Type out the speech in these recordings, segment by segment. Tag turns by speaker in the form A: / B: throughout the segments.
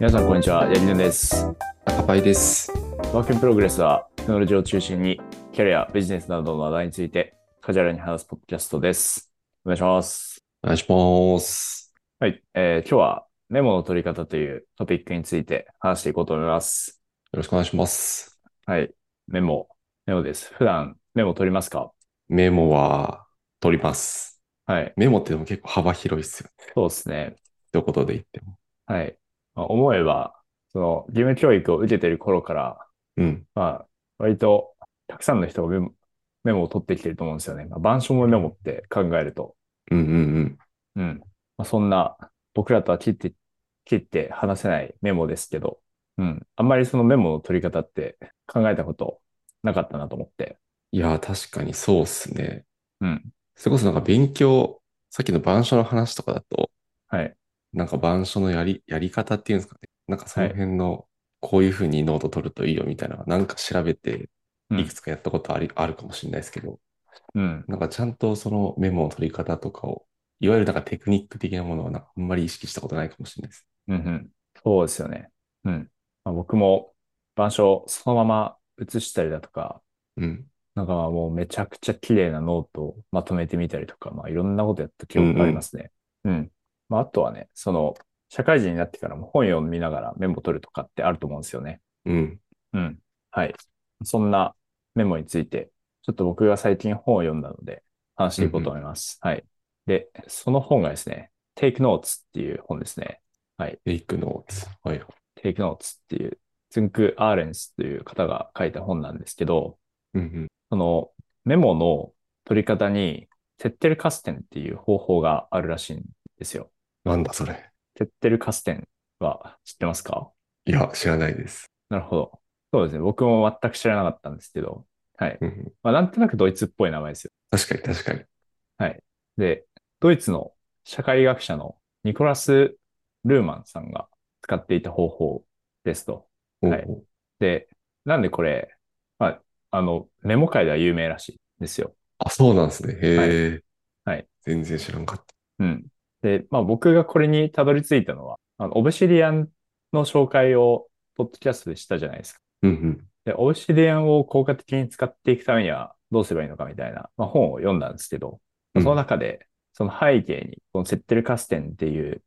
A: 皆さん、こんにちは。ヤギヌンです。
B: 赤パイです。
A: ワークインプログレスは、テクノロジーを中心に、キャリア、ビジネスなどの話題について、カジュアルに話すポッドキャストです。お願いします。
B: お願いします。
A: はい。えー今日は、メモの取り方というトピックについて話していこうと思います。
B: よろしくお願いします。
A: はい。メモ。メモです。普段、メモ取りますか
B: メモは取ります。
A: はい。
B: メモってでも結構幅広いっすよね。
A: そうですね。
B: どことで言っても。
A: はい。まあ、思えば、その、義務教育を受けてる頃から、
B: うん。
A: まあ、割と、たくさんの人がメモ、メモを取ってきてると思うんですよね。まあ、板書もメモって考えると。
B: うんうんうん。
A: うん。まあ、そんな、僕らとは切って、切って話せないメモですけど、うん。あんまりそのメモの取り方って考えたことなかったなと思って。
B: いやー、確かにそうっすね。
A: うん。
B: それこそなんか勉強、さっきの板書の話とかだと、
A: はい。
B: なんか板書のやり、やり方っていうんですかね。なんかその辺の、こういうふうにノート取るといいよみたいな、なんか調べて、
A: うん
B: いくつかやったことあり、あるかもしれないですけど、
A: うん。
B: なんかちゃんとそのメモの取り方とかを、いわゆるなんかテクニック的なものはなんかあんまり意識したことないかもしれないです。
A: うんうん。そうですよね。うん。まあ、僕も、板書をそのまま写したりだとか、
B: うん。
A: なんかもうめちゃくちゃ綺麗なノートをまとめてみたりとか、まあいろんなことやった記憶がありますね。うん。まああとはね、その、社会人になってからも本読みながらメモ取るとかってあると思うんですよね。
B: うん。
A: うん。はい。そんなメモについて、ちょっと僕が最近本を読んだので話していこうと思います。はい。で、その本がですね、Take Notes っていう本ですね。
B: テイクノーツ。はい。
A: Take Notes っていう、ツンク・アーレンスという方が書いた本なんですけど、
B: うん
A: そのメモの取り方に、テッテルカステンっていう方法があるらしいんですよ。
B: うん。なんだそれ。
A: テッテルカステンは知ってますか
B: いや、知らないです。
A: なるほど。そうですね。僕も全く知らなかったんですけど、はい。
B: うんうん。
A: まあ、なんとなくドイツっぽい名前ですよ。
B: 確かに確かに。
A: で、ドイツの社会学者のニコラス・ルーマンさんが使っていた方法ですと。はい
B: おう
A: で、なんでこれ、まあ、あの、メモ界では有名らしいんですよ。
B: あ、そうなんですね。へえ。
A: はいはい。
B: 全然知らんかっ
A: うん。で、まあ僕がこれにたどり着いたのは、あの、オブシディアンの紹介を、ポッドキャストでしたじゃないですか。
B: た。うん
A: で、オブシディアンを効果的に使っていくためには、どうすればいいのかみたいな、まあ、本を読んだんですけど、
B: うん。
A: その中で、その背景に、このセッテルカステンっていう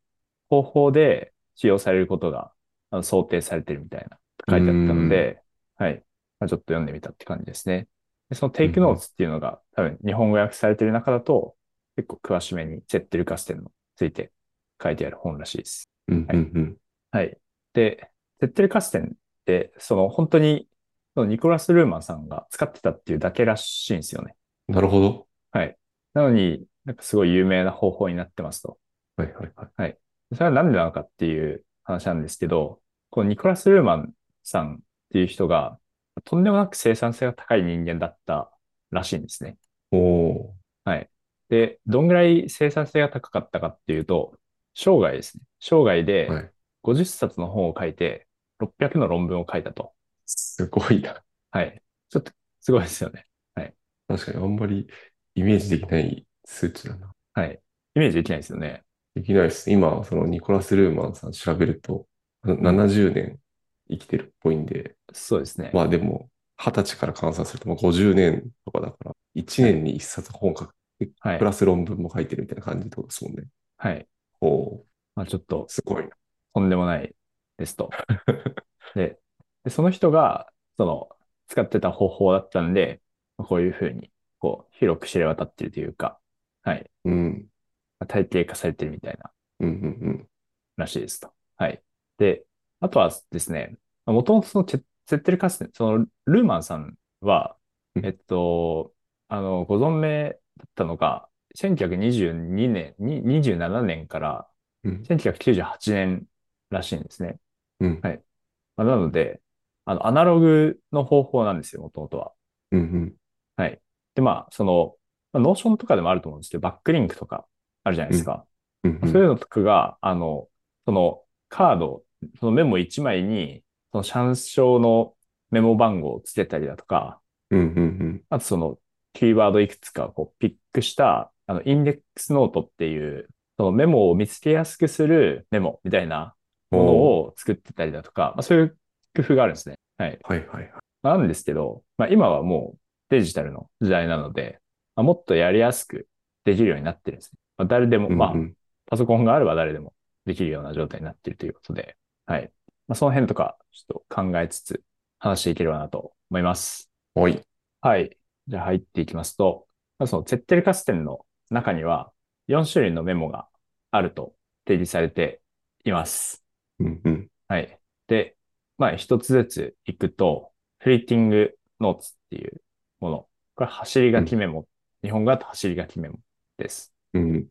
A: 方法で使用されることが、あの、想定されてるみたいな、書いてあったので、はい。まあ、ちょっと読んでみたって感じですね。で、そのテイクノーツっていうのが、多分日本語訳されてる中だと、結構詳しめにセッテルカステンのついて書いてある本らしいです。
B: うんうんうん。
A: はい。で、テッテルカステンって、その本当に、そのニコラス・ルーマンさんが使ってたっていうだけらしいんですよね。
B: なるほど。
A: なのに、なんかすごい有名な方法になってますと。
B: はいはいはい。
A: それはなんでなのかっていう話なんですけど、このニコラス・ルーマンさんっていう人が、とんでもなく生産性が高い人間だったらしいんですね。
B: おお
A: で、どんぐらい生産性が高かったかっていうと、生涯ですね。生涯
B: ー。は
A: で
B: い。
A: 50冊の本を書いて、600の論文を書いたと。
B: すごいな。
A: はい。ちょっと、すごいですよね。
B: 確かにあんまりイメージできない数値だな。
A: はい。イメージできないですよね。
B: できないです。今、そのニコラス・ルーマンさん調べると、70年生きてるっぽいんで、
A: そうですね。
B: まあでも、20歳から換算するともう50年とかだから、1年に1冊本書く、
A: はい
B: プ。ラス論文も書いてるみたいな感じってことですもんね。
A: はい。
B: お
A: まあ、ちょっと
B: お、、すごいな。
A: とんでもないですと。 で、でその人が、その、使ってた方法だったんで、こういうふうに、こう、広く知れ渡ってるというか、はい。
B: うん。
A: まあ体系化されてるみたいな、
B: うんうん
A: らしいですと。はい。で、あとはですね、もともとそのチェ、チェッテルカステン、その、ルーマンさんは
B: う、ん
A: えっと、あの、ご存命だったのが、1922年、に27年から
B: うん。うん。
A: 1998年らしいんですね。
B: うん。
A: はいまあ、なので、あの、アナログの方法なんですよ、もともとは。
B: うんうん。
A: で、まあ、その、まあノーションとかでもあると思うんですけど、バックリンクとかあるじゃないですか。
B: うんう
A: まあ
B: ん。
A: そういうのとかが、あの、そのカード、そのメモ1枚に、その参照のメモ番号をつけたりだとか、
B: うんうんうん。
A: あとそのキーワードいくつかをこうピックした、あの、インデックスノートっていう、そのメモを見つけやすくするメモみたいなものを作ってたりだとか、まあ、そういう工夫があるんですね。はい。
B: はいはいはい。
A: なんですけど、まあ、今はもうデジタルの時代なので、まあ、もっとやりやすくできるようになってるんですね。まあ、誰でも、まあ
B: うんう、ん
A: パソコンがあれば誰でもできるような状態になっているということで、はい。まあ、その辺とか、ちょっと考えつつ話していければなと思います。
B: おい。
A: はい。じゃあ入っていきますと、まあそのツェッテルカステンの中には4種類のメモがあると定義されています。
B: うんうん。
A: はい。で、まあ一つずついくと、フリーティングノーツっていうもの。これ走り書きメモ。日本語だと走り書きメモです。
B: うん。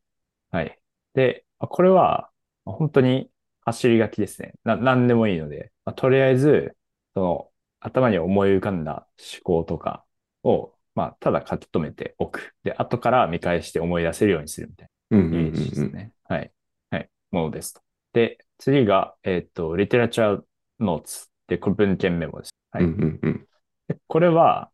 A: はい。で、あこれは、まあ本当に走り書きですね。な、何でもいいので、まあ、とりあえず、その、頭に思い浮かんだ思考とかを、まあ、ただ書き留めておく。で、後から見返して思い出せるようにするみたい
B: うんうん
A: なイメージで
B: う
A: す
B: ん
A: ね。はい。はい。ものですと。で、次が、えっと、リテラチャーノーツ。で、これ文献メモです。は
B: う
A: い。
B: んうんうん。
A: でこれは、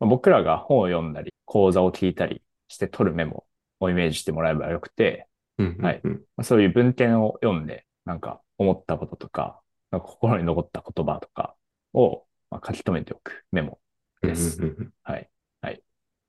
A: まあ僕らが本を読んだり、講座を聞いたりして取るメモをイメージしてもらえばよくて、
B: うんうんうん
A: はい。まあそういう文献を読んで、なんか思ったこととか、なんか心に残った言葉とかをまあ書き留めておくメモです
B: うんうんうん
A: はい。はい。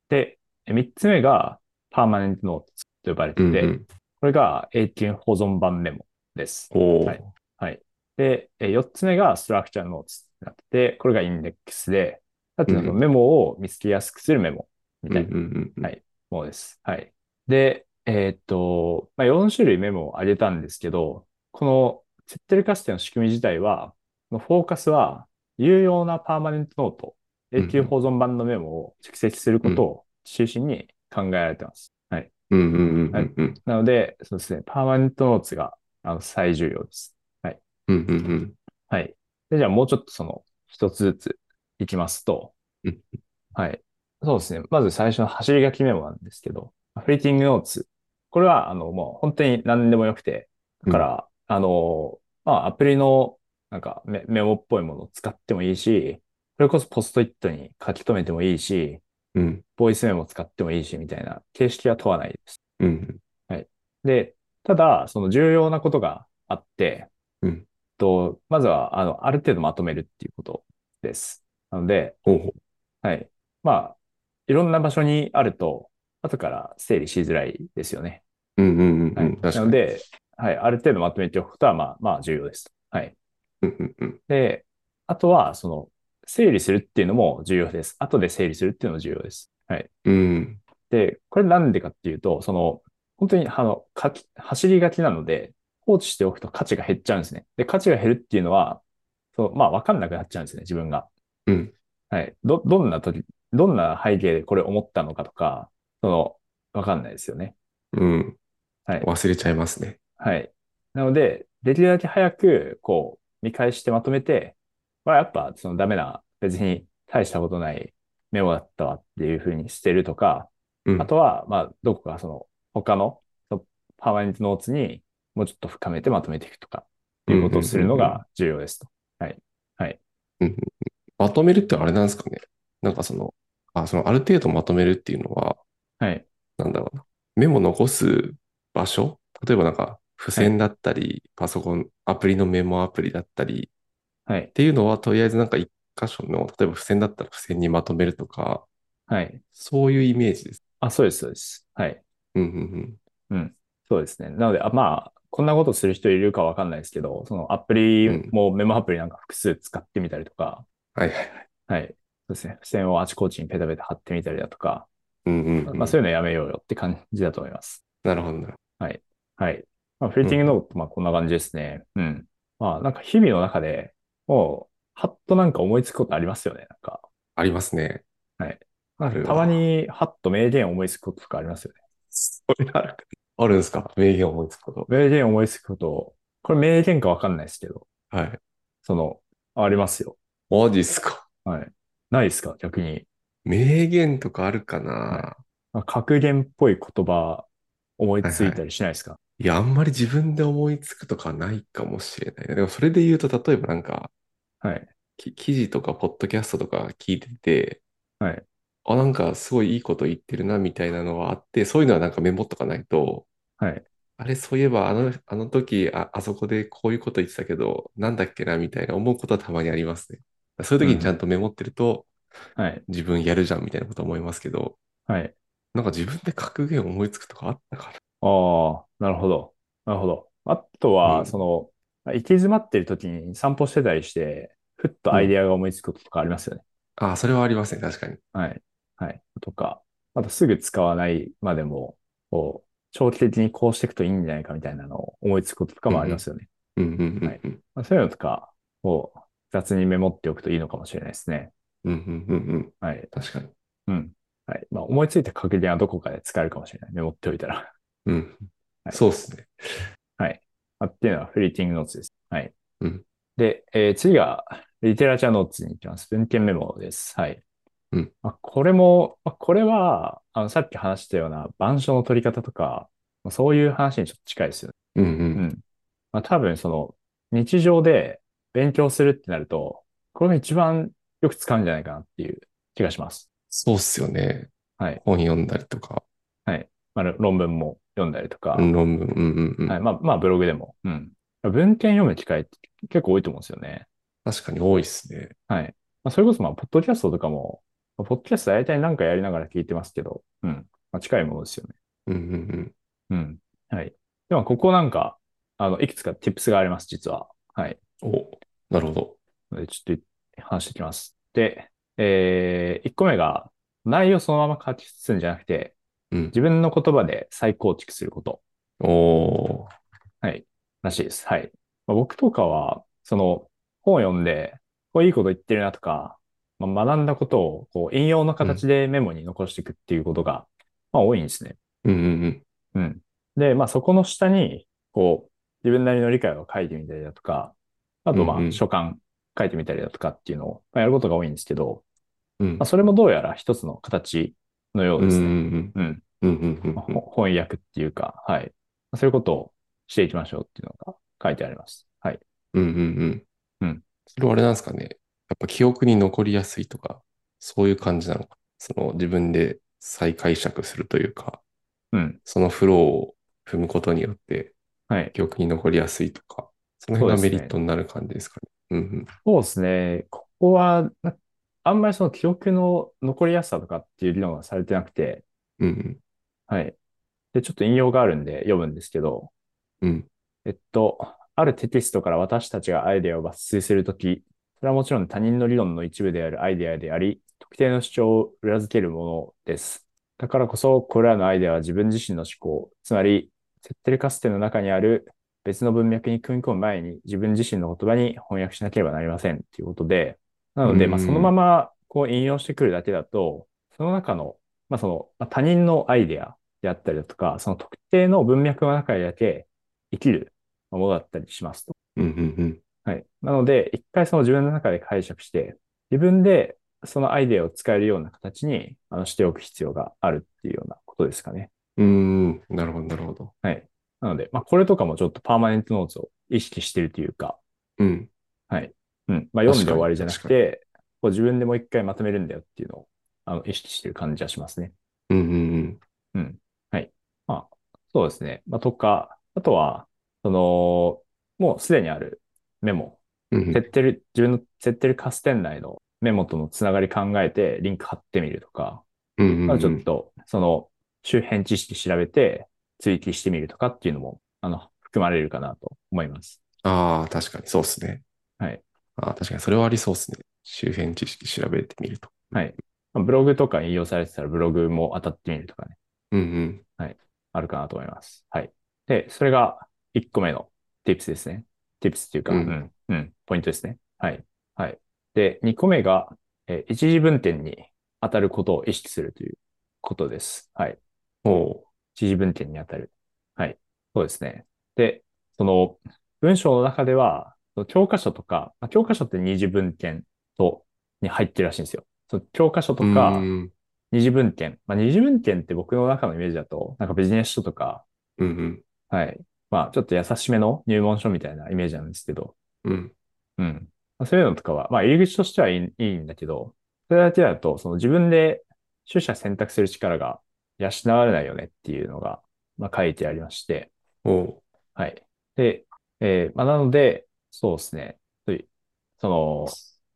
A: で、え三つ目が、パーマネントノートと呼ばれてて、
B: うんうん
A: これが永久保存版メモです。
B: おー
A: はいで、え4つ目がストラクチャーノーツになってて、これがインデックスで、だってなんか
B: うんうん
A: メモを見つけやすくするメモみ
B: うん
A: た
B: う
A: いなん
B: うん
A: はいものです。はい。で、えーっと、まあ、4種類メモを上げたんですけど、このセッテルカステの仕組み自体は、このフォーカスは有用なパーマネントノート、永久保存版のメモを蓄積することを中心に考えられてます。
B: うんうんうんうんうん
A: なので、そうですね、パーマネントノーツがあの最重要です。
B: うんうんうん
A: はい。で、じゃあもうちょっとその一つずついきますと
B: うん、
A: はい。そうですね。まず最初の走り書きメモなんですけど、フリーティングノーツ。これは、あの、もう本当に何でもよくて、だから、あの、まあ、アプリのなんかメメモっぽいものを使ってもいいし、それこそポストイットに書き留めてもいいし、
B: うん
A: ボイスメモ使ってもいいし、みたいな形式は問わないです。
B: うん
A: で、ただ、その重要なことがあって、
B: うん
A: と、まずは、あの、ある程度まとめるっていうことです。なので、
B: ほうほ
A: はい。まあ、いろんな場所にあると、後から整理しづらいですよね。
B: ううんうんうん
A: はい。
B: うん確
A: な
B: か
A: の
B: に
A: で、はい、ある程度まとめておくことは、まあ、まあ、重要です。はい。
B: うんうんうん
A: で、あとは、その、整理するっていうのも重要です。後で整理するっていうのも重要です。はい。
B: うん
A: で、これなんでかっていうと、その、本当に、あの、書き、走り書きなので、放置しておくと価値が減っちゃうんですね。で、価値が減るっていうのは、その、まあ、わかんなくなっちゃうんですね、自分が。
B: うん
A: はい。ど、どんな時、どんな背景でこれ思ったのかとか、その、わかんないですよね。
B: うん
A: はい
B: 忘れちゃいますね
A: はい。なので、できるだけ早く、こう、見返してまとめて、まあ、やっぱ、そのダメな、別に大したことないメモだったわっていうふうに捨てるとか、
B: うん
A: あとは、まあ、どこかその他のそのパーマネントノーツにもうちょっと深めてまとめていくとか、っていうことをするのが重要ですと。
B: まとめるってあれなんですかねなんかそのあそのある程度まとめるっていうのは
A: はい。
B: なんだろうなメモ残す場所例えばなんか付箋だったりパソコンアプリのメモアプリだったり
A: はい
B: っ。ていうのは、とりあえずなんか一箇所の、例えば付箋だったら付箋にまとめるとか、
A: はい。
B: そういうイメージです。
A: あ、そうです、そうです。はい。
B: うんうん
A: そうですね。なので、あまあ、こんなことする人いるかわかんないですけど、そのアプリもメモアプリなんか複数使ってみたりとか、
B: うん。はいはいはい。
A: はい。そうですね。付箋をあちこちにペタペタ貼ってみたりだとか、
B: うんうんうん、
A: まあそういうのやめようよって感じだと思います。
B: なるほどなる
A: はい。まあ、フリーティングノートってまあこんな感じですね。うん。まあ、なんか日々の中でもう、はっとなんか思いつくことありますよね。なんか、
B: ありますね。
A: な
B: あ
A: ん
B: る
A: か
B: わ
A: たまにはっと名言思いつくこととかありますよね。
B: それある。 あるんですか名言思いつくこと。
A: 名言思いつくこと、これ名言かわかんないですけど、
B: はい。
A: その、ありますよ。
B: マジっすか
A: はい。ないですか逆に。
B: 名言とかあるかな、
A: はまあ格言っぽい言葉思いついたりしないですか、
B: い、や、あんまり自分で思いつくとかないかもしれないな。でもそれで言うと、例えばなんか、
A: はい。
B: き記事とかポッドキャストとか聞いてて、
A: はい
B: あ、なんかすごいいいこと言ってるなみたいなのはあって、そういうのはなんかメモとかないと、
A: はい
B: あれ、そういえば、あの、あの時、あ、あそこでこういうこと言ってたけど、なんだっけな、みたいな思うことはたまにありますね。そういう時にちゃんとメモってると、
A: はい。
B: 自分やるじゃん、みたいなこと思いますけど、
A: はい。
B: なんか自分で格言思いつくとかあったか
A: ああ、なるほど。なるほど。あと
B: うん
A: は、その、行き詰まってる時に散歩してたりして、ふっとアイデアが思いつくこととかありますよね。
B: な。あ、それはありますね、確かに。
A: はい。はい。とか、あとすぐ使わないまでも、こう、長期的にこうしていくといいんじゃないかみたいなのを思いつくこととかもありますよね。
B: うんうんうん
A: はい
B: うん。
A: まあ、そういうのとかを雑にメモっておくといいのかもしれないですね。
B: うんうんうんうん。
A: はい。
B: 確かに。
A: うん。はい。まあ、思いついた確認はどこかで使えるかもしれない。メモっておいたら。
B: うん。
A: はい
B: そうですね。
A: あっていうのはフリーティングノーツです。はい。
B: うん
A: で、えー次が、リテラチャーノーツに行きます。文献メモです。はい。
B: うん
A: まあ、これも、まあ、これは、あの、さっき話したような、板書の取り方とか、まあ、そういう話にちょっと近いですよね
B: うん
A: うんまあ、多分その日常で勉強するってなると、これが一番よく使うんじゃないかなっていう気がします。
B: そうっすよね。
A: はい
B: 本読んだりとか、
A: まあ、論文も読んだりとか、
B: 論文、うんうんう
A: はい、
B: ん。
A: まあ、まあブログでも、うん。文献読む機会って結構多いと思うんですよね。
B: 確かに多いっすね。
A: はい。まあ、それこそまあ、ポッドキャストとかも、まあポッドキャスト大体何かやりながら聞いてますけど、うん。まあ、近いものですよね。
B: うんうん
A: うん。はい。でも、ここなんか、あの、いくつか tips があります、実は。はい。
B: うん。お、なるほど。
A: ので、ちょっと話していきます。で、えー、1個目が、内容そのまま書き写すんじゃなくて、
B: うん。
A: 自分の言葉で再構築すること
B: おー。
A: らしいです。はい。まあ、僕とかは、その、本読んで、こういいこと言ってるなとか、まあ、学んだことを、こう、引用の形でメモに残していくっていうことが、まあ、多いんですね。
B: うんうんう
A: う
B: ん。
A: ん。で、まあ、そこの下に、こう、自分なりの理解を書いてみたりだとか、あと、ま
B: うんうん
A: あ、書簡書いてみたりだとかっていうのを、まあ、やることが多いんですけど、
B: うん
A: まあ、。それもどうやら一つの形のようで
B: うんう
A: すね。
B: んうん。
A: うん。
B: うんうんうん
A: まあ
B: うん。
A: ほ翻訳っていうか、はい。まあそういうことをしていきましょうっていうのが書いてあります。はい。
B: うんうんう
A: うんん。
B: それはあれなんですかね。やっぱ記憶に残りやすいとか、そういう感じなのか。その自分で再解釈するというか、
A: うん。
B: そのフローを踏むことによって
A: はい。
B: 記憶に残りやすいとか、その辺がメリットになる感じですかね。うん
A: そうですね。ここは、なあんまりその記憶の残りやすさとかっていう理論はされてなくて、
B: うん。うん
A: はい。で、ちょっと引用があるんで読むんですけど、
B: うん。うん。
A: えっと、あるテキストから私たちがアイデアを抜粋するとき、それはもちろん他人の理論の一部であるアイデアであり、特定の主張を裏付けるものです。だからこそ、これらのアイデアは自分自身の思考、つまり、セッテルカステの中にある別の文脈に組み込む前に自分自身の言葉に翻訳しなければなりませんということで、なので、まあ、
B: うん
A: そのままこう引用してくるだけだと、その中の、まあ、その、まあ、他人のアイデアであったりだとか、その特定の文脈の中にだけ生きるものだったりしますと。
B: うんうん
A: はい。なので、一回その自分の中で解釈して、自分でそのアイデアを使えるような形にあのしておく必要があるっていうようなことですかね。
B: うん。うーん。なるほど、なるほど。
A: はい。なので、まあ、これとかもちょっとパーマネントノーツを意識してるというか、
B: うん。
A: うん。まあ、読んで終わりじゃな
B: 確
A: く
B: か
A: て、こう自分でもう一回まとめるんだよっていうのをあの意識してる感じはしますね。
B: うんうん
A: まあ、そうですね。まあ、とか、あとは、その、もうすでにあるメモ
B: うん。うんうん
A: セッテル、自分のセッテルカステン内のメモとのつながり考えてリンク貼ってみるとか、
B: うんうん
A: ま
B: う
A: あ、
B: ん。
A: ちょっとその周辺知識調べて追記してみるとかっていうのも、あの、含まれるかなと思います。
B: ああ、確かにそうですね。
A: はい。
B: ああ、確かにそれはありそうですね。周辺知識調べてみると。
A: はい。まあブログとか引用されてたらブログも当たってみるとかね、
B: うん
A: あるかなと思います。はい。で、それが1個目の tips ですね。tips っていうか、
B: う
A: うんん、うん、ポイントですね。はい。はい。で、2個目が、えー一時分点に当たることを意識するということです。はい。
B: うん。おう。
A: 一時文献にあたる。はい。そうですね。で、その文章の中では、その教科書とか、まあ教科書って二次文献と、に入ってるらしいんですよ。その教科書と
B: う
A: か、
B: ん
A: 二次文献。まあ、二次文献って僕の中のイメージだと、なんかビジネス書とか、
B: うん
A: はい。まあ、ちょっと優しめの入門書みたいなイメージなんですけど、
B: うん。うん。
A: うん。まあそういうのとかは、まあ、入り口としてはいいいいんだけど、それだけだと、その自分で取捨選択する力が養われないよねっていうのが、まあ、書いてありまして、
B: お
A: はい。で、えーまあ、なので、そうですね。そういうその、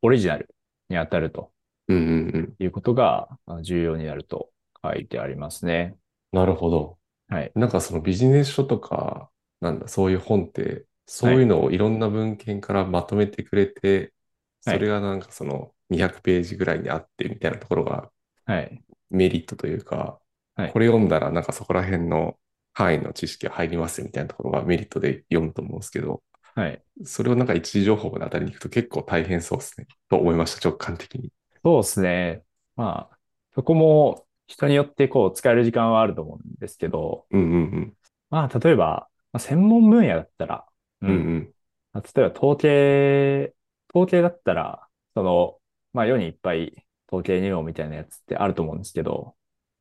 A: オリジナルに当たると
B: うんうんうん。
A: いうことがあの重要になると書いてありますね。
B: なるほど。
A: はい。
B: なんかそのビジネス書とか、なんだ、そういう本って、そういうのをいろんな文献からまとめてくれて、そ
A: はい
B: れがなんかその200ページぐらいにあってみたいなところが
A: はい。
B: メリットというか、
A: はい
B: これ読んだらなんかそこら辺の範囲の知識が入りますみたいなところがメリットで読むと思うんですけど、
A: はい。
B: それをなんか一時情報まで当たりに行くと結構大変そうですね。と思いました、直感的に。
A: そうですね。まあ、そこも人によってこう使える時間はあると思うんですけど、
B: うんうん
A: まあ、例えば、まあ、専門分野だったら、
B: う。
A: うん
B: うんうん。
A: まあ例えば統計、統計だったら、その、まあ世にいっぱい統計入門みたいなやつってあると思うんですけど、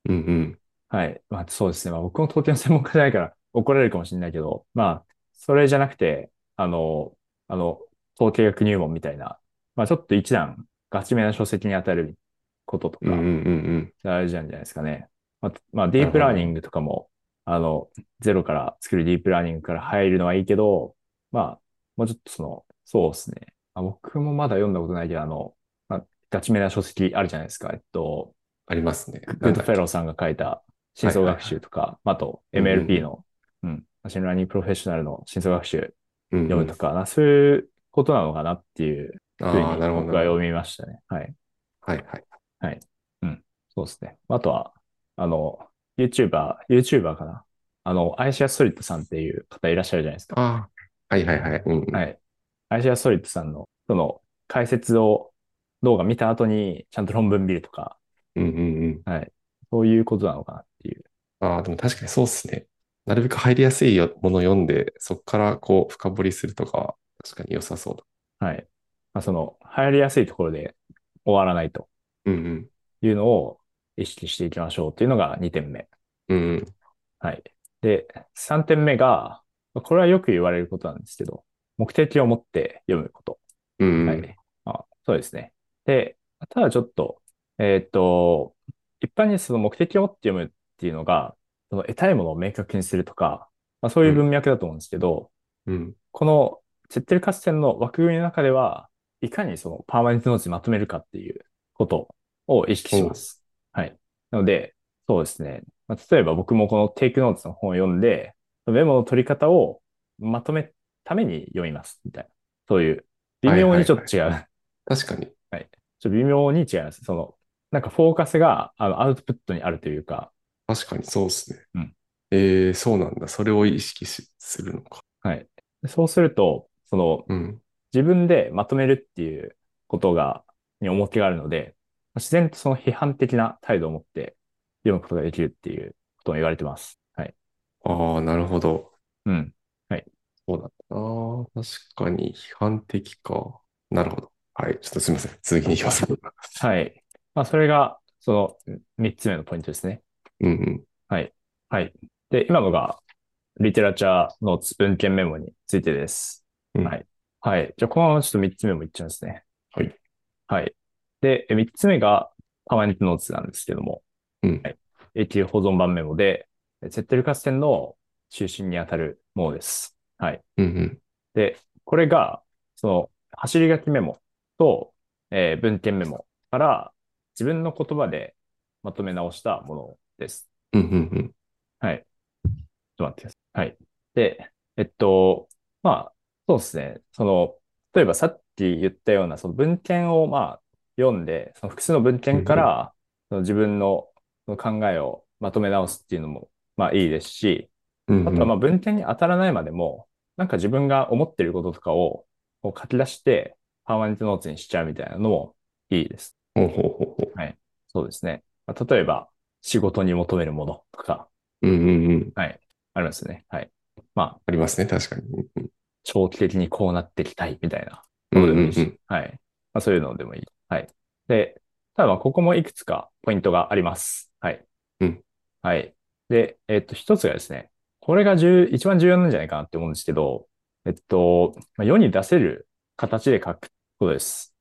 B: うんうん。
A: はい。まあそうですね。まあ僕も統計の専門家じゃないから怒られるかもしれないけど、まあそれじゃなくて、あの、あの、統計学入門みたいな、まあちょっと一段ガチめな書籍に当たることと
B: うん
A: か
B: うん、うん
A: 大事なんじゃないですかね。まあ、まあ、ディープラーニングとかも、あの、ゼロから作るディープラーニングから入るのはいいけど、まあ、もうちょっとその、そうですね。あ、僕もまだ読んだことないけど、あの、まあ、ガチめな書籍あるじゃないですか。えっと、
B: ありますね。
A: グッド
B: なんだっ
A: フ
B: け
A: ェローさんが書いた真相学習とか、あと
B: うんうん
A: MLP の、うん、マシンラーニングプロフェッショナルの真相学習
B: うんうん
A: 読むとか、なそういうことなのかなっていうふうに
B: ああ、なるほど。
A: 僕は読みましたね。はい。
B: はいはい。
A: そうですね。あとは、あの、YouTuber、YouTuber かな。あの、アイシア・ソリッドさんっていう方いらっしゃるじゃないですか。
B: ああ、はいはいはい。うんうん。
A: はい。アイシア・ソリッドさんの、その、解説を、動画見た後に、ちゃんと論文見るとか、
B: うんうんうん。
A: そういうことなのかなっていう。
B: ああ、でも確かにそうですね。なるべく入りやすいよものを読んで、そこからこう深掘りするとかは、確かに良さそうだ。
A: はい。まあ、その、入りやすいところで終わらないと
B: うんうん。
A: いうのを意識していきましょうっていうのが2点目。
B: うんうん。
A: はい。で、3点目が、これはよく言われることなんですけど、目的を持って読むこと。
B: うんうん。
A: はい。あ、そうですね。で、ただちょっと、えーっと、一般にその目的を追って読むっていうのが、その得たいものを明確にするとか、まあ、そういう文脈だと思うんですけど、
B: うん。
A: このチェッテル合戦の枠組みの中では、いかにそのパーマネントノーツにまとめるかっていうことを意識します。はい。なので、そうですね。まあ、例えば僕もこのテイクノーツの本を読んで、メモの取り方をまとめるために読みます。みたいな。そういう、微妙にちょっと違う。
B: 確かに。
A: ちょっと微妙に違います。その、なんかフォーカスが、あの、アウトプットにあるというか、
B: 確かにそうですね。
A: うん
B: えー、そうなんだ。それを意識しするのか。
A: はい。そうすると、その、
B: うん。
A: 自分でまとめるっていうことが、に重きがあるので、自然とその批判的な態度を持って読むことができるっていうことも言われてます。はい。
B: ああ、なるほど。
A: うん。
B: そうだったな。確かに批判的か。なるほど。はい。ちょっとすみません。続きに行きます。
A: はい。まあ、それが、その、3つ目のポイントですね。
B: うんうん。
A: はい。で、今のが、リテラチャーの文献メモについてです。
B: うん
A: はい。はい。じゃあ、このままちょっと3つ目もいっちゃいますね。
B: はい。
A: はい。で、3つ目が、パーマネントノーツなんですけども、
B: うん
A: はい。永久保存版メモで、セッテル合戦の中心にあたるものです。はい。
B: うんうん。
A: で、これが、その、走り書きメモと、えー文献メモから自分の言葉でまとめ直したものです。
B: うんうんうん。
A: はい。ちょっと待ってください。はい。で、えっと、まあ、そうですね。その、例えばさっき言ったような、その文献をまあ、読んで、その複数の文献から、その自分のその考えをまとめ直すっていうのも、まあいいですし、
B: うん
A: あとはまあ文献に当たらないまでも、なんか自分が思ってることとかをこう書き出して、パーマネントノーツにしちゃうみたいなのもいいです。
B: ほうほうほうほ
A: そうですね。まあ、例えば、仕事に求めるものとか、
B: う。うんうんうん。
A: ありますね。はい。まあ、
B: ありますね。確かに。うんうん
A: 長期的にこうなってきたいみたいな。
B: うんうんうん。
A: はい。まあ、そういうのでもいい。はい。で、ただまあ、ここもいくつかポイントがあります。はい。
B: うん
A: はい。で、えっと、一つがですね、これが重一番重要なんじゃないかなって思うんですけど、えっと、まあ、世に出せる形で書くことです。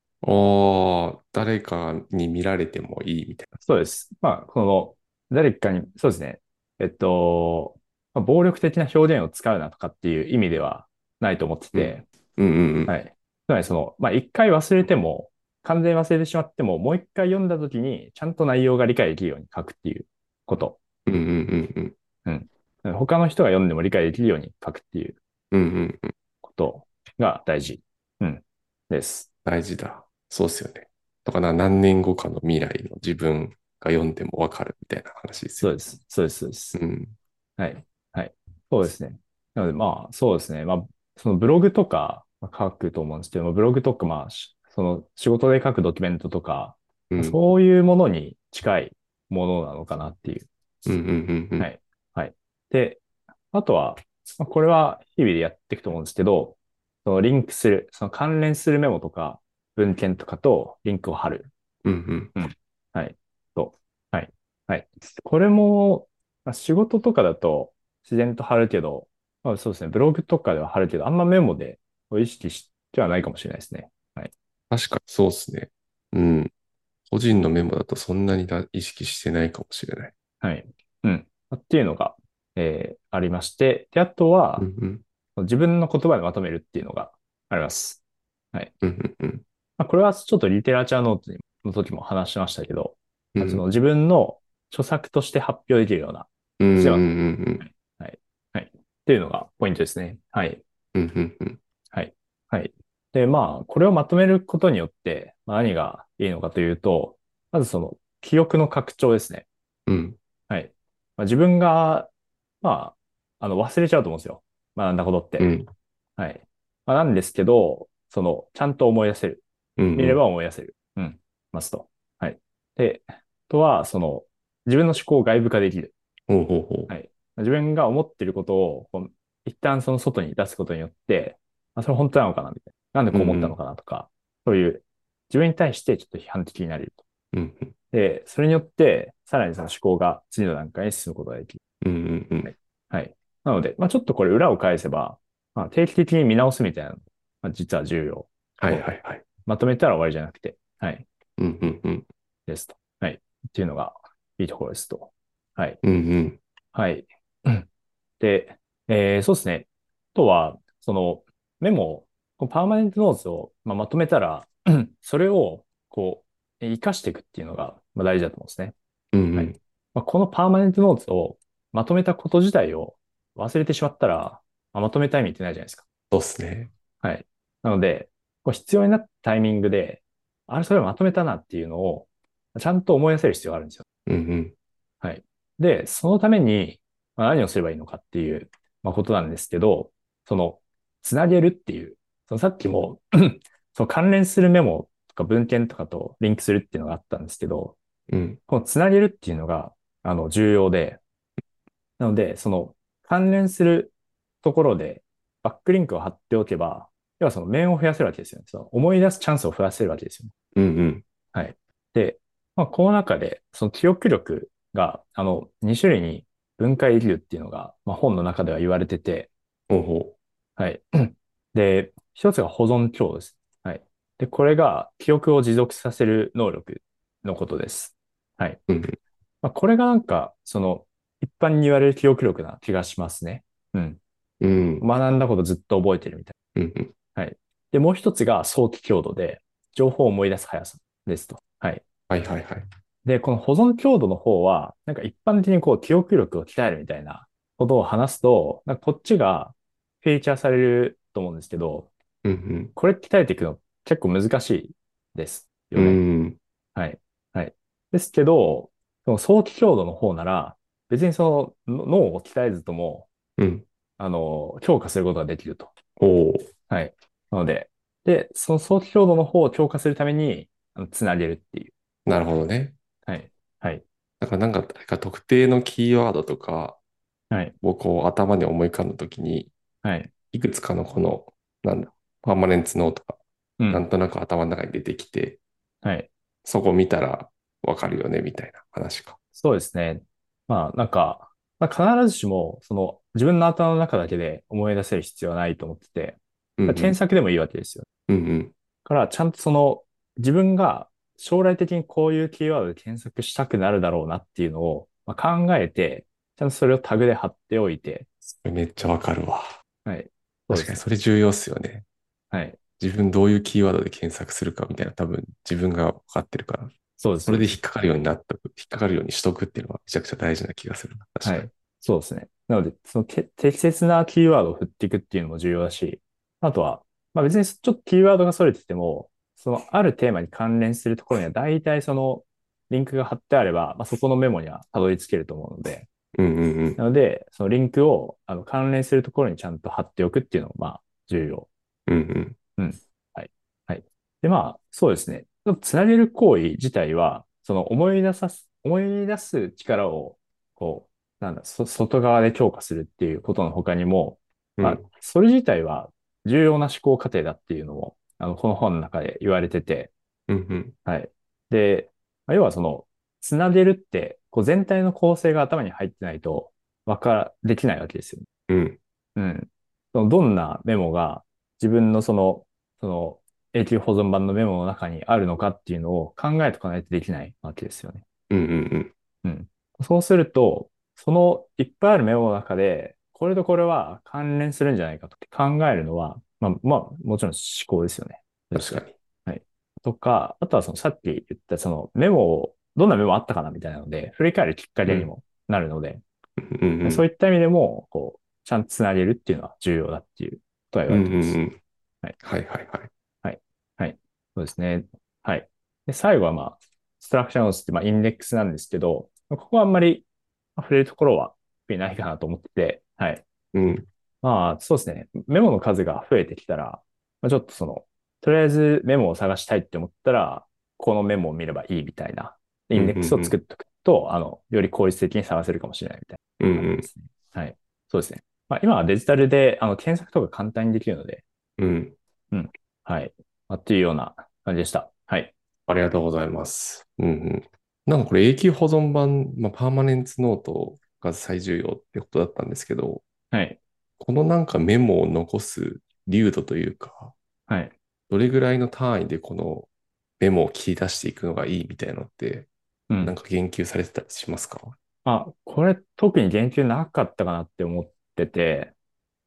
B: ああ、誰かに見られてもいいみたい
A: そうです。まあ、この、誰かに、そうですね。えっと、まあ、暴力的な表現を使うなとかっていう意味ではないと思ってて、
B: うんうんうん。
A: はい。つまりその、まあ、一回忘れても、完全に忘れてしまっても、もう一回読んだ時に、ちゃんと内容が理解できるように書くっていうこと。
B: うんうんうん
A: 他の人が読んでも理解できるように書くっていう
B: うん。うんうんうん。
A: ことが大事。うん。です。
B: 大事だ。そうっすよね。とかな、何年後かの未来の自分が読んでもわかるみたいな話です
A: そう
B: よ。
A: です。そうです。そうです。
B: うん。
A: はい。はい。そうですね。なので、まあ、そうですね。まあ、そのブログとかまあ書くと思うんですけど、ブログとか、まあ、しその仕事で書くドキュメントとか、
B: うん。
A: そういうものに近いものなのかなっていう。
B: うんうんうんうん。
A: はいで、あとは、まあこれは日々でやっていくと思うんですけど、そのリンクする、その関連するメモとか文献とかとリンクを貼る。
B: うん
A: はい。これも、まあ、仕事とかだと自然と貼るけど、まあ、そうですね、ブログとかでは貼るけど、あんまメモで意識してはないかもしれないですね。
B: 確かにそうっすね。うん。個人のメモだとそんなにだ意識してないかもしれない。
A: はい。うん。っていうのが、えーありまして、で、あとは
B: うん、うん。
A: 自分の言葉でまとめるっていうのがあります。
B: うんうんうん。
A: まあ、これはちょっとリテラチャーノートにの時も話しましたけど、
B: うん
A: その自分の著作として発表できるようなっ
B: うんうん
A: じゃあ
B: うん
A: ていうのがポイントですね。はい。
B: うん。うんうんうん。
A: はい。で、まあ、これをまとめることによって、まあ、何がいいのかというと、まずその記憶の拡張ですね。
B: うん。
A: はい。まあ、自分が、まあ、あの忘れちゃうと思うんですよ。学んだことって。
B: うん。
A: はい。まあ、なんですけど、その、ちゃんと思い出せる。
B: うん。
A: 見れば思い出せる。うん。ますと。はい。で、あとは、その、自分の思考を外部化できる。
B: ほうほうほう。
A: はい自分が思ってることを、こう一旦その外に出すことによって、あ、それ本当なのかなみたいな。なんでこう思ったのかなとか、そういう、自分に対してちょっと批判的になれると。
B: うん
A: で、それによって、さらにその思考が次の段階に進むことができる。
B: うんうんうん
A: はい。なので、まあちょっとこれ裏を返せば、まあ、定期的に見直すみたいなの、まあ、実は重要。
B: はいはいはい。
A: まとめたら終わりじゃなくて、はい。
B: うんうんうん。
A: ですと。はい。っていうのがいいところですと。はい。
B: うんうん。
A: はい。で、えーそうですね。あとは、そのメモ、このパーマネントノーズを、まあ、まとめたら、それをこう、活かしていくっていうのが、まあ、大事だと思うんですね。
B: うんう
A: は
B: ん
A: い。まあ、このパーマネントノーズをまとめたこと自体を忘れてしまったら、まあまとめた意味ってないじゃないですか。
B: そうっすね。
A: はい。なので、こう必要になったタイミングで、あれ、それまとめたなっていうのを、ちゃんと思い出せる必要があるんですよ。
B: うん
A: で、そのために、まあ、何をすればいいのかっていう、まあ、ことなんですけど、その、つなげるっていう、そのさっきも、 その関連するメモとか文献とかとリンクするっていうのがあったんですけど、
B: うん。うん
A: このつなげるっていうのが、あの、重要で、なので、その、関連するところで、バックリンクを貼っておけば、要はその面を増やせるわけですよね。その思い出すチャンスを増やせるわけですよね
B: うんうん。
A: で、まあ、この中で、その記憶力が、あの、2種類に分解できるっていうのが、まあ、本の中では言われてて、
B: ほうほ
A: はい。 で、一つが保存強度です。はい。で、これが記憶を持続させる能力のことです。はい。
B: う。うん
A: まあ、これがなんか、その、一般に言われる記憶力な気がしますね。うん。
B: うん。
A: 学んだことずっと覚えてるみたい。
B: うんうん。
A: で、もう一つが早期強度で、情報を思い出す速さですと。はい。
B: はいはいはい。
A: で、この保存強度の方は、なんか一般的にこう記憶力を鍛えるみたいなことを話すと、なんかこっちがフィーチャーされると思うんですけど、
B: うん
A: これ鍛えていくの結構難しいです
B: う
A: よね。
B: ん。うん。
A: はい。はい。ですけど、その早期強度の方なら、別にそのの脳を鍛えずとも、
B: うん。
A: あの、強化することができると。
B: ほう。
A: はい。なので、で、その早期強度の方を強化するために、あのつなげるっていう。
B: なるほどね。
A: はい。はい。
B: だからなんか、なんか特定のキーワードとか
A: はい。
B: をこう頭に思い浮かんだときに、
A: はい。
B: いくつかのこの、なんだ、パーマネンツノートが
A: う
B: なん
A: ん。
B: となく頭の中に出てきて、
A: はい。
B: そこ見たらわかるよね、みたいな話か。
A: そうですね。まあ、なんか、まあ、必ずしも、その、自分の頭の中だけで思い出せる必要はないと思ってて、
B: うんうん。
A: 検索でもいいわけですよ。
B: うんうん。
A: だから、ちゃんとその、自分が将来的にこういうキーワードで検索したくなるだろうなっていうのを、まあ、考えて、ちゃんとそれをタグで貼っておいて、
B: それめっちゃわかるわ。
A: はい。そうで
B: 確
A: す
B: か
A: ね
B: にそれ重要っすよね。
A: はい。
B: 自分どういうキーワードで検索するかみたいな多分自分が分かってるから、
A: そうです
B: そ
A: ね
B: れで引っかかるようになっとく、引っかかるようにしとくっていうのはめちゃくちゃ大事な気がするな。確か
A: は
B: に。
A: い。そうですね。なので、そのけ適切なキーワードを振っていくっていうのも重要だし、あとは、まあ別にちょっとキーワードが逸れてても、そのあるテーマに関連するところには大体そのリンクが貼ってあれば、まあ、そこのメモにはたどり着けると思うので、
B: うんうんうん。
A: なので、そのリンクをあの関連するところにちゃんと貼っておくっていうのも、まあ重要。
B: うんうん。
A: で、まあ、そうですね。ちょっとつなげる行為自体は、その思い出さす、思い出す力を、こう、なんだ、そ、外側で強化するっていうことの他にも、
B: うん
A: まあ、それ自体は重要な思考過程だっていうのも、あの、この本の中で言われてて、
B: うんうん。
A: はい。で、まあ要はその、つなげるって、こう全体の構成が頭に入ってないと、わから、できないわけですよねう
B: うん。
A: ん。そのどんなメモが自分のその、その永久保存版のメモの中にあるのかっていうのを考えとかないとできないわけですよね。
B: うんうん
A: そうすると、そのいっぱいあるメモの中で、これとこれは関連するんじゃないかと考えるのは、まあ、まあ、もちろん思考ですよね。
B: うん。確かに。
A: とか、あとはそのさっき言ったそのメモを、どんなメモあったかなみたいなので、振り返るきっかけにもなるので、
B: うんうん。
A: そう
B: い
A: いった意味でも、こう、ちゃんとつなげるっていうのは重要だっていうことは言われてます。
B: んうんうん。
A: はい
B: はいはいはい。
A: そうですね。はい。で、最後はまあ、ストラクチャーノースってまあインデックスなんですけど、ここはあんまりまあ触れるところは特にないかなと思ってて、はい。
B: うん。
A: まあ、そうですね。メモの数が増えてきたら、まあ、ちょっとその、とりあえずメモを探したいって思ったら、このメモを見ればいいみたいな、インデックスを作っておくと、あの、より効率的に探せるかもしれないみたい
B: うん
A: な感じですね。はい。そうですね。まあ、今はデジタルで、あの、検索とか簡単にできるので、
B: うん。うん。
A: はい。まあ、っていうような感じでした。はい。
B: ありがとうございます。うんうん。なんかこれ永久保存版、まあ、パーマネンツノートが最重要ってことだったんですけど、
A: はい。
B: このなんかメモを残す流度というか、
A: はい。
B: どれぐらいの単位でこのメモを切り出していくのがいいみたいなのって、
A: うん
B: なんか言及されてたりしますか
A: あ、これ特に言及なかったかなって思ってて、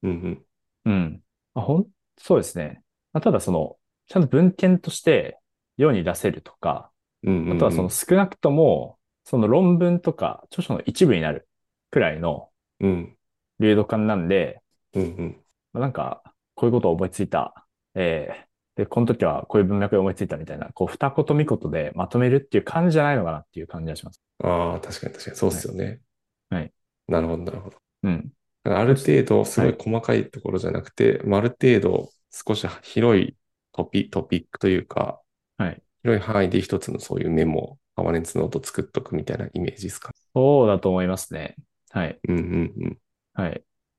B: うん
A: うん。あ、ほん、そうですね。まあ、ただその、ちゃんと文献として世に出せるとか、
B: うん。うんうんうん
A: あとはその、少なくとも、その論文とか著書の一部になるくらいの
B: うん。
A: 流動感なんで、
B: うんうん。
A: まあ、なんか、こういうことを思いついた。えーで、この時はこういう文脈で思いついたみたいな、こう、二言三言でまとめるっていう感じじゃないのかなっていう感じがします。
B: ああ、確かに確かに。そうですよね。
A: はい。
B: なるほど、なるほど。
A: うん。
B: だからある程度、すごい細かいところじゃなくて、まあ、ある程度、少し広いトピ、トピックというか、
A: はい。
B: 広い範囲で一つのそういうメモ、パーマネンツノートを作っとくみたいなイメージですか。
A: そうだと思いますね。はい。
B: うんうん
A: はい。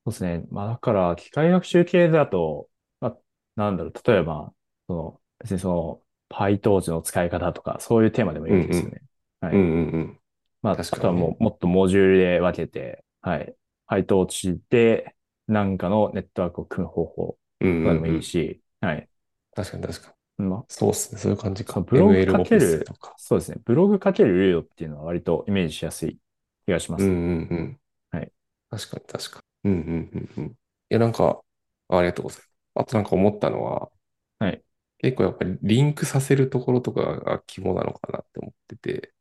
A: そうですね。まあだから、機械学習系だと、まあ、なんだろう、例えば、その、別にその、PyTorch の使い方とか、そういうテーマでもいいわけですよね。は
B: う
A: い。
B: ん。うんうんうん。
A: まあ、
B: 確
A: あ
B: かに
A: とはもう、もっとモジュールで分けて、はい。PyTorch で、なんかのネットワークを組む方法
B: うん
A: と
B: うん
A: か
B: う
A: でも
B: ん
A: いいし、はい。
B: 確かに確かに。
A: まあ、
B: そうですね。そういう感じか。
A: ブログ
B: ML
A: かける
B: Office とか。
A: そうですね。ブログかける流度っていうのは割とイメージしやすい気がしま
B: うん
A: す。
B: うんうん。
A: はい。
B: 確かに確かに。うんうんうんうん。いや、なんか、あありがとうございます。あとなんか思ったのは、
A: はい。
B: 結構やっぱりリンクさせるところとかが肝なのかなって思ってて、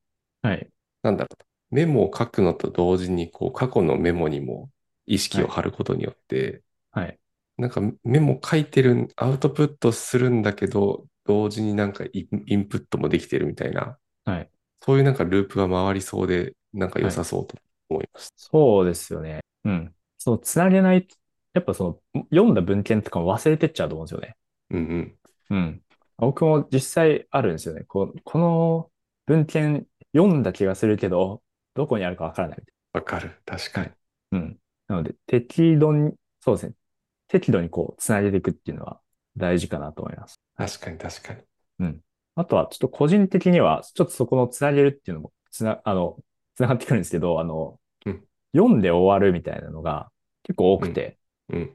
A: はい。
B: なんだろう。メモを書くのと同時に、こう、過去のメモにも意識を張ることによって、
A: はい。
B: なんかメモ書いてる、アウトプットするんだけど、同時になんかインインプットもできてるみたいな、
A: はい。
B: そういうなんかループが回りそうで、なんか良さそうと思いました。
A: そうですよね。うん。その、つなげない、やっぱその、読んだ文献とかも忘れてっちゃうと思うんですよね。
B: うんうん。
A: うん。僕も実際あるんですよね。こう、この文献読んだ気がするけど、どこにあるかわからないみたい
B: わかる。確かに。
A: な。うん。なので、適度に、そうですね。適度にこう、つなげていくっていうのは大事かなと思います。
B: 確かに確かに。
A: あとは、ちょっと個人的には、ちょっとそこのつなげるっていうのも、つな、あの、つながってくるんですけど、あの
B: うん、
A: 読んで終わるみたいなのが結構多くて、
B: うん。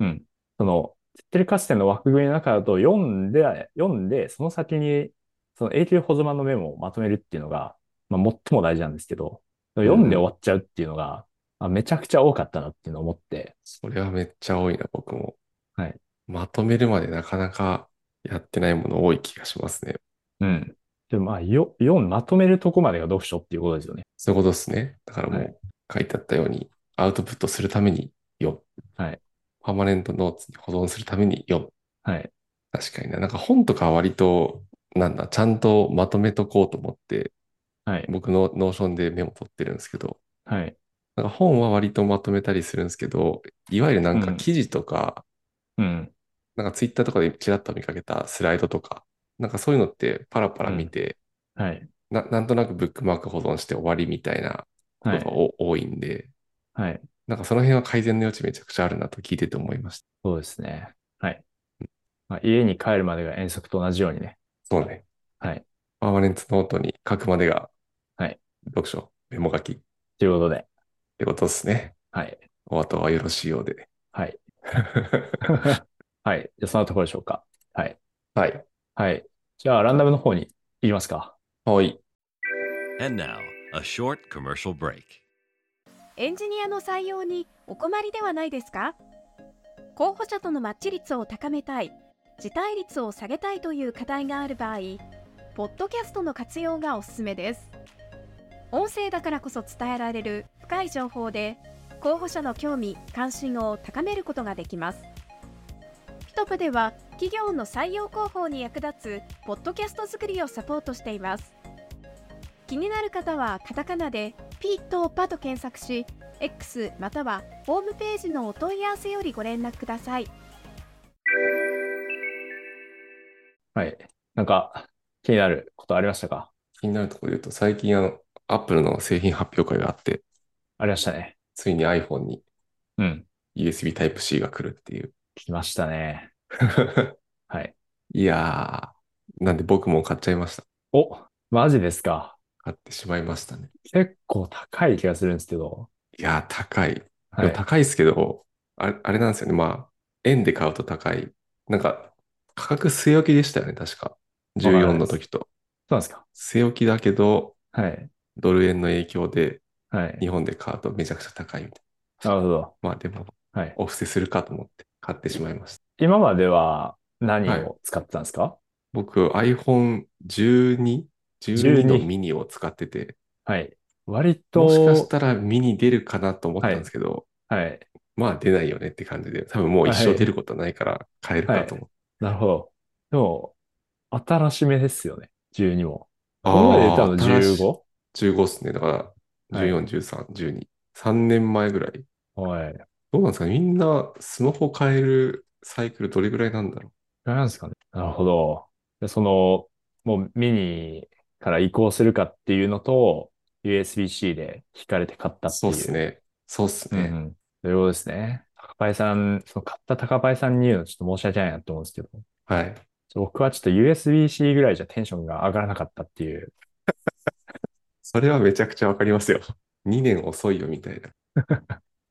A: うん。その、テッテル合戦の枠組みの中だと、読んで、読んで、その先に、その永久保存版のメモをまとめるっていうのが、まあ、最も大事なんですけど、読んで終わっちゃうっていうのが、あ、めちゃくちゃ多かったなっていうのを思って、
B: それはめっちゃ多いな、僕も。
A: はい。
B: まとめるまでなかなかやってないもの多い気がしますね。
A: うん。でもまあ、よ、4まとめるとこまでが読書っていうことですよね。
B: そういうことですね。だからも
A: は
B: う書いてあったように、アウトプットするために読む。
A: はい。
B: パーマネントノーツに保存するために読む。
A: はい。
B: 確かにな。なんか本とかは割と、なんだ、ちゃんとまとめとこうと思って、
A: はい。
B: 僕のノーションでメモ取ってるんですけど、
A: はい。
B: なんか本は割とまとめたりするんですけど、いわゆるなん
A: う
B: か
A: ん
B: 記事とか、
A: うん。
B: なんかツイッターとかでちらっと見かけたスライドとか、なんかそういうのってパラパラ見て、
A: はい。
B: ななんとなくブックマーク保存して終わりみたいなこ
A: は
B: とが
A: い。
B: お、多いんで、
A: はい。
B: なんかその辺は改善の余地めちゃくちゃあるなと聞いてて思いました。
A: そうですね。はい。まあ、家に帰るまでが遠足と同じようにね。
B: そうね。
A: はい。
B: パーマネントノートに書くまでが、
A: はい
B: 読書、メモ書きっ
A: ということで。
B: てことですね。
A: はい。
B: お後はよろしいよ うで。
A: はい。はい。じゃあ、そのところでしょうか。はい。
B: はい。
A: はい。じゃあ、ランダムの方に行きますか。
B: はい。
C: And now, a short commercial break.
D: エンジニアの採用にお困りではないですか候補者とのマッチ率を高めたい、辞退率を下げたいという課題がある場合、ポッドキャストの活用がおすすめです。音声だからこそ伝えられる深い情報で、候補者の興味・関心を高めることができます。ピトプでは企業の採用広報に役立つポッドキャスト作りをサポートしています。気になる方はカタカナでピットパと検索し、X またはホームページのお問い合わせよりご連絡ください。
A: はい。なんか、気になることありましたか
B: 気になるところで言うと、最近あの、アップルの製品発表会があって、
A: ありましたね。
B: ついに iPhone に
A: うん。
B: USB Type-C が来るっていう。
A: 来ましたね。はい。
B: いやー、なんで僕も買っちゃいました。
A: お、マジですか。
B: 買ってしまいましたね。
A: 結構高い気がするんですけど。
B: いやー、高い。
A: は
B: でも
A: い。
B: 高いですけど、あれ、あれなんですよね。まあ、円で買うと高い。なんか、価格据え置きでしたよね、確か。
A: からない
B: 14の
A: です
B: 時と。
A: そうなんですか。
B: 据え置きだけど、
A: はい。
B: ドル円の影響で、
A: はい。
B: 日本で買うとめちゃくちゃ高いみたい
A: なるほど。
B: な。まあでも、
A: はい。
B: お布施するかと思って買ってしまいました。
A: 今までは何
B: はい
A: を使ってたんですか
B: 僕、iPhone 12、12の
A: 12
B: ミニを使ってて、
A: はい。割と、
B: もしかしたらミニ出るかなと思ったんですけど、
A: はい。
B: まあ出ないよねって感じで、多分もう一生出ることはないから買えるかと思って。
A: なるほど。でも、新しめですよね。12も。
B: あー
A: 今まで出たの
B: 新しい
A: 15?
B: 15ですね。だから、
A: はい
B: 14、13、12。3年前ぐらい。
A: はい。
B: どうなんですかねみんなスマホ変えるサイクルどれぐらいなんだろ
A: なんですかね。なるほど。でその、もうミニから移行するかっていうのと、USB-C で引かれて買った
B: う。
A: って
B: そ
A: いう
B: っす
A: う。
B: ね。そうっす
A: うんう
B: ね。
A: ん。ということですね。高パイさん、その買った高パイさんに言うのちょっと申し訳ないなと思うんですけど、ちょ
B: はい。
A: 僕はちょっと USB-C ぐらいじゃテンションが上がらなかったっていう。
B: それはめちゃくちゃわかりますよ。2年遅いよみたいな。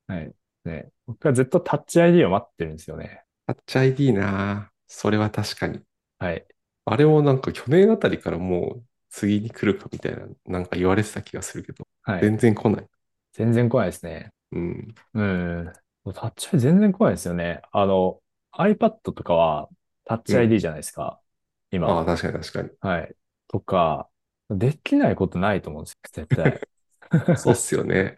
A: はい。ね。僕はずっとタッチ ID を待ってるんですよね。
B: タッチ ID なぁそれは確かに。
A: はい。
B: あれもなんか去年あたりからもう次に来るかみたいな、なんか言われてた気がするけど、
A: はい。
B: 全然来ない。
A: 全然来ないですね。
B: うん。
A: うん。タッチ ID 全然来ないですよね。あの、iPad とかはタッチ ID じゃないですか。今。
B: ああ、確かに確か
A: はい。とか、できないことないと思うんですよ、 絶対。
B: に。そうっす よね。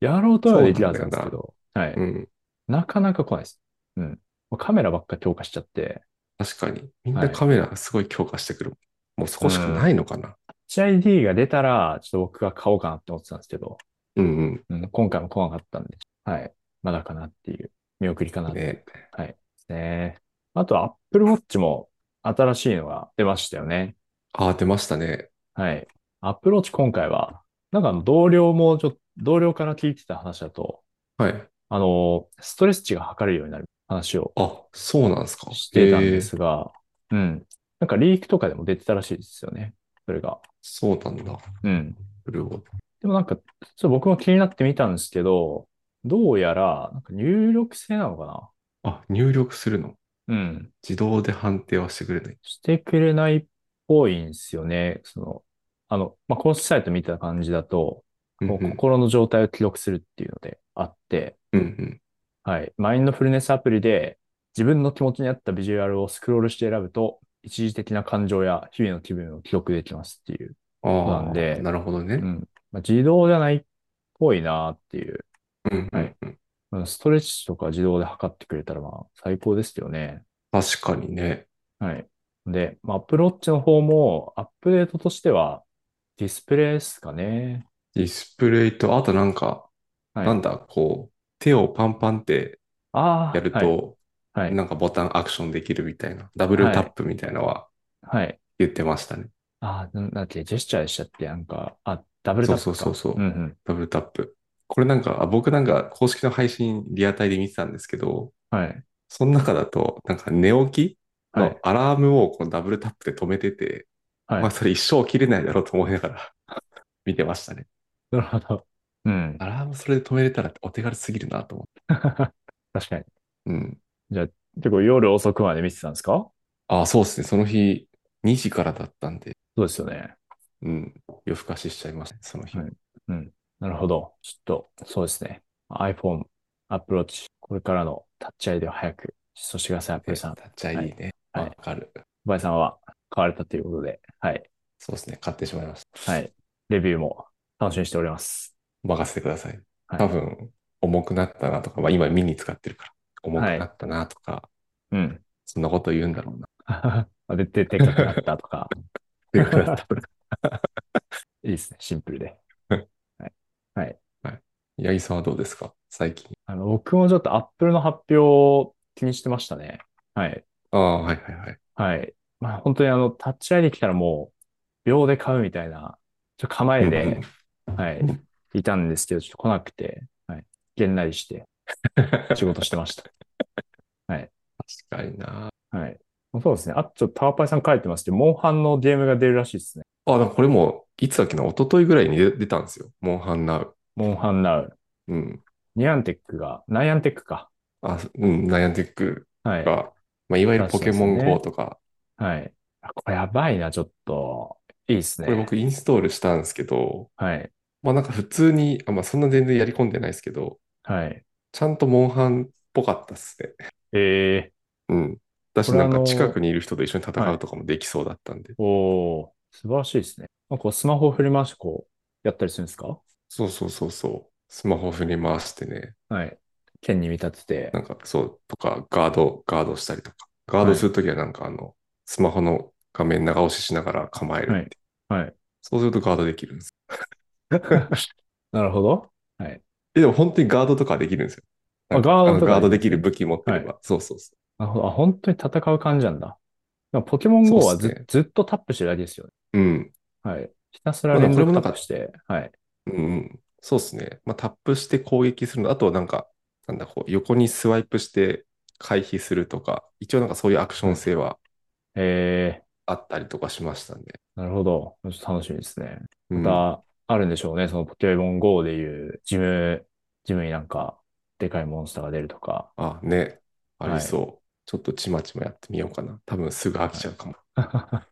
A: やろうとはできるはずなんですけど、はい。
B: うん。
A: なかなか来ないです。うん。カメラばっか強化しちゃって、
B: 確かに。みん
A: は
B: ないカメラすごい強化してくる。もうそこしかないのかな。
A: HID が出たら、ちょっと僕が買おうかなって思ってたんですけど、
B: うん
A: うん、今回も来なかったんで、はい。まだかなっていう、見送りか
B: う。
A: なんっていう
B: ね。
A: ですね。あと、Apple Watch も新しいのが出ましたよね。
B: ああ、出ましたね。
A: はい。Apple Watch 今回は、なんかあの同僚もちょっと、同僚から聞いてた話だと、
B: はい。
A: あの、ストレス値が測れるようになる話を
B: あ、そうなんですか。
A: してたんで
B: えー
A: すが、うん。なんかリークとかでも出てたらしいですよね。それが。
B: そうなんだ。
A: うん。
B: ブルーボット
A: でもなんか、ちょっと僕も気になってみたんですけど、どうやら、なんか入力性なのか
B: あ、入力するの。
A: なうん。
B: 自動で判定はしてくれない。
A: してくれないっぽいんですよね。その、あの、まあ、公式サイト見た感じだと、
B: うん
A: こう
B: うん
A: 心の状態を記録するっていうのであって、
B: うん
A: はい。マインドフルネスアプリで自分の気持ちに合ったビジュアルをスクロールして選ぶと、一時的な感情や日々の気分を記録できますっていう。
B: うん。ああ、
A: なんで
B: なるほど
A: う
B: ね。
A: ん。まあ、自動じゃないっぽいなっていう。
B: うん、
A: はい
B: うん。
A: うんストレッチとか自動で測ってくれたらまあ最高ですよね。
B: 確かにね。
A: はい。で、まあ、アップローチの方もアップデートとしてはディスプレイですかね。
B: ディスプレイと、あとなんか、
A: はい。
B: なんだ、こう、手をパンパンって
A: ああ、
B: やる
A: はい、
B: と、
A: はい。
B: なんかボタンアクションできるみたいな、ダブルタップみたいなのは
A: はい。
B: 言ってましたね。
A: ああ、なんだっけ、ジェスチャーでしたっけ、なんか、あ、ダブルタップ
B: そうそうそうそう
A: か。うんうん。
B: ダブルタップ。これなんか、あ僕なんか公式の配信リアタイで見てたんですけど、
A: はい。
B: その中だと、なんか寝起き
A: は
B: の
A: い。
B: アラームをこのダブルタップで止めてて、
A: はい
B: まあそれ一生起きれないだろうと思いながら 見てましたね。
A: なるほど。うん。
B: アラームそれで止めれたらお手軽すぎるなと思って。
A: 確かに。
B: うん。
A: 結構夜遅くまで見てたんですか
B: ああ、そうですね。その日2時からだったんで、
A: そうですよね。
B: うん。夜更かししちゃいましたね、その日。
A: はいなるほど。ちょっと、そうですね。iPhone、Apple Watch、これからの立ち会いでは早く実装してください、Apple さん。
B: 立ち会いね。
A: はい
B: わかる。
A: バイさんは買われたということで、はい。
B: そうですね。買ってしまいました。
A: はい。レビューも楽しみにしております。
B: 任せてください。
A: はい
B: 多分、重くなったなとか、まあ今ミニ使ってるから、重くなったなとか、
A: うん。
B: そんなこと言うんだろうな。
A: あで、で、でかくなったとか。
B: でかくなったとか。
A: いいですね。シンプルで。
B: 八木さんはどうですか最近。
A: あの、僕もちょっと Apple の発表を気にしてましたね。はい。
B: ああ、はいはいはい。
A: はい。まあ本当にあの、タッチアイできたらもう、秒で買うみたいな、ちょっと構えで、はい、いたんですけど、ちょっと来なくて、はい。げんなりして、仕事してました。
B: 確かにな。
A: はい。そうですね。あと、ちょっとタワパイさん書いてますけど、モンハンのゲームが出るらしいですね。
B: あ、なんかこれも、いつだっけな、一昨日ぐらいに出出たんですよ。モンハンナウ。
A: モンハンナウ。
B: うん。
A: ニアンテックが、ナイアンテックか。
B: あ、うん、ナイアンテック
A: はい。
B: が、まあ、いわゆるポケモン
A: そうですね
B: GO とか、
A: はい。あこれやばいな、ちょっと。いいですね。
B: これ僕インストールしたんですけど、
A: はい。
B: まあなんか普通に、あまあそんな全然やり込んでないですけど、
A: はい。
B: ちゃんとモンハンっぽかったっすね。
A: え
B: うん。だし、
A: これ
B: な
A: あ
B: んか
A: の
B: 近くにいる人と一緒に戦
A: は
B: う
A: い
B: とかもできそうだったん
A: ー、
B: で。
A: おー、素晴らしいですね。なんかこうスマホを振り回してこう、やったりするんですか
B: そうそうそうそう。スマホ振り回してね。
A: はい。剣に見立てて
B: な。んかそう、とか、ガード、ガードしたりとか。ガードするときはなんかあの、スマホの画面長押ししながら構えるっていう。
A: はい。
B: そうするとガードできるんです。
A: なるほど。
B: え、でも本当にガードとかできるんですよ。
A: あ
B: なんか
A: ガード
B: あの
A: とか
B: ガード
A: で
B: で
A: き
B: き
A: る
B: る
A: ん
B: 武器持ってれば。そうそうそ
A: なるほど。あ、本当に戦う感じなんだ。なんかポケモン GO は
B: そうっす
A: ず、
B: ね
A: ずっとタップしてるだけですよね。
B: う。うん。
A: はい。ひたすら
B: まあでも
A: 連
B: これも
A: 続
B: な
A: タ
B: んか
A: ップして。はい。
B: うんうん。そうですね。まあタップして攻撃するの。あとはなんか、なんだ、こう、横にスワイプして回避するとか、一応なんかそういうアクション性は
A: え
B: あったりとかしましたね。
A: ー、なるほど。ちょっと楽しみですね。
B: うん
A: また、あるんでしょうね。そのポケモン GO でいう、ジム、ジムになんか、でかいモンスターが出ると か。
B: あ、ね、あ
A: は
B: り
A: い
B: そう。ちょっとちまちまやってみようかな。多分すぐ飽きちゃうかも。
A: か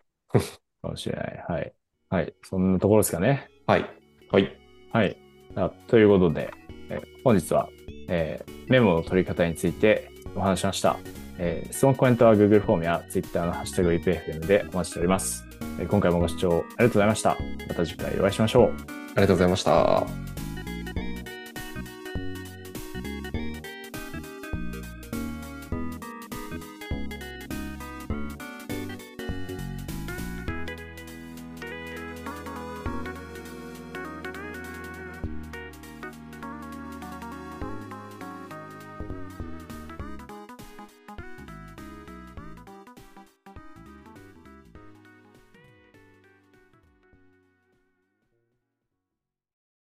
A: もしれない。はい。はい。そんなところですかね。
B: はい。はい。
A: はい。あということで、えー本日は、えーメモの取り方についてお話ししました。えー質問、コメントは Google フォームや Twitter のハッシュタグ UPFM でお待ちしております。えー今回もご視聴ありがとうございました。また次回お会いしましょう。
B: ありがとうございました。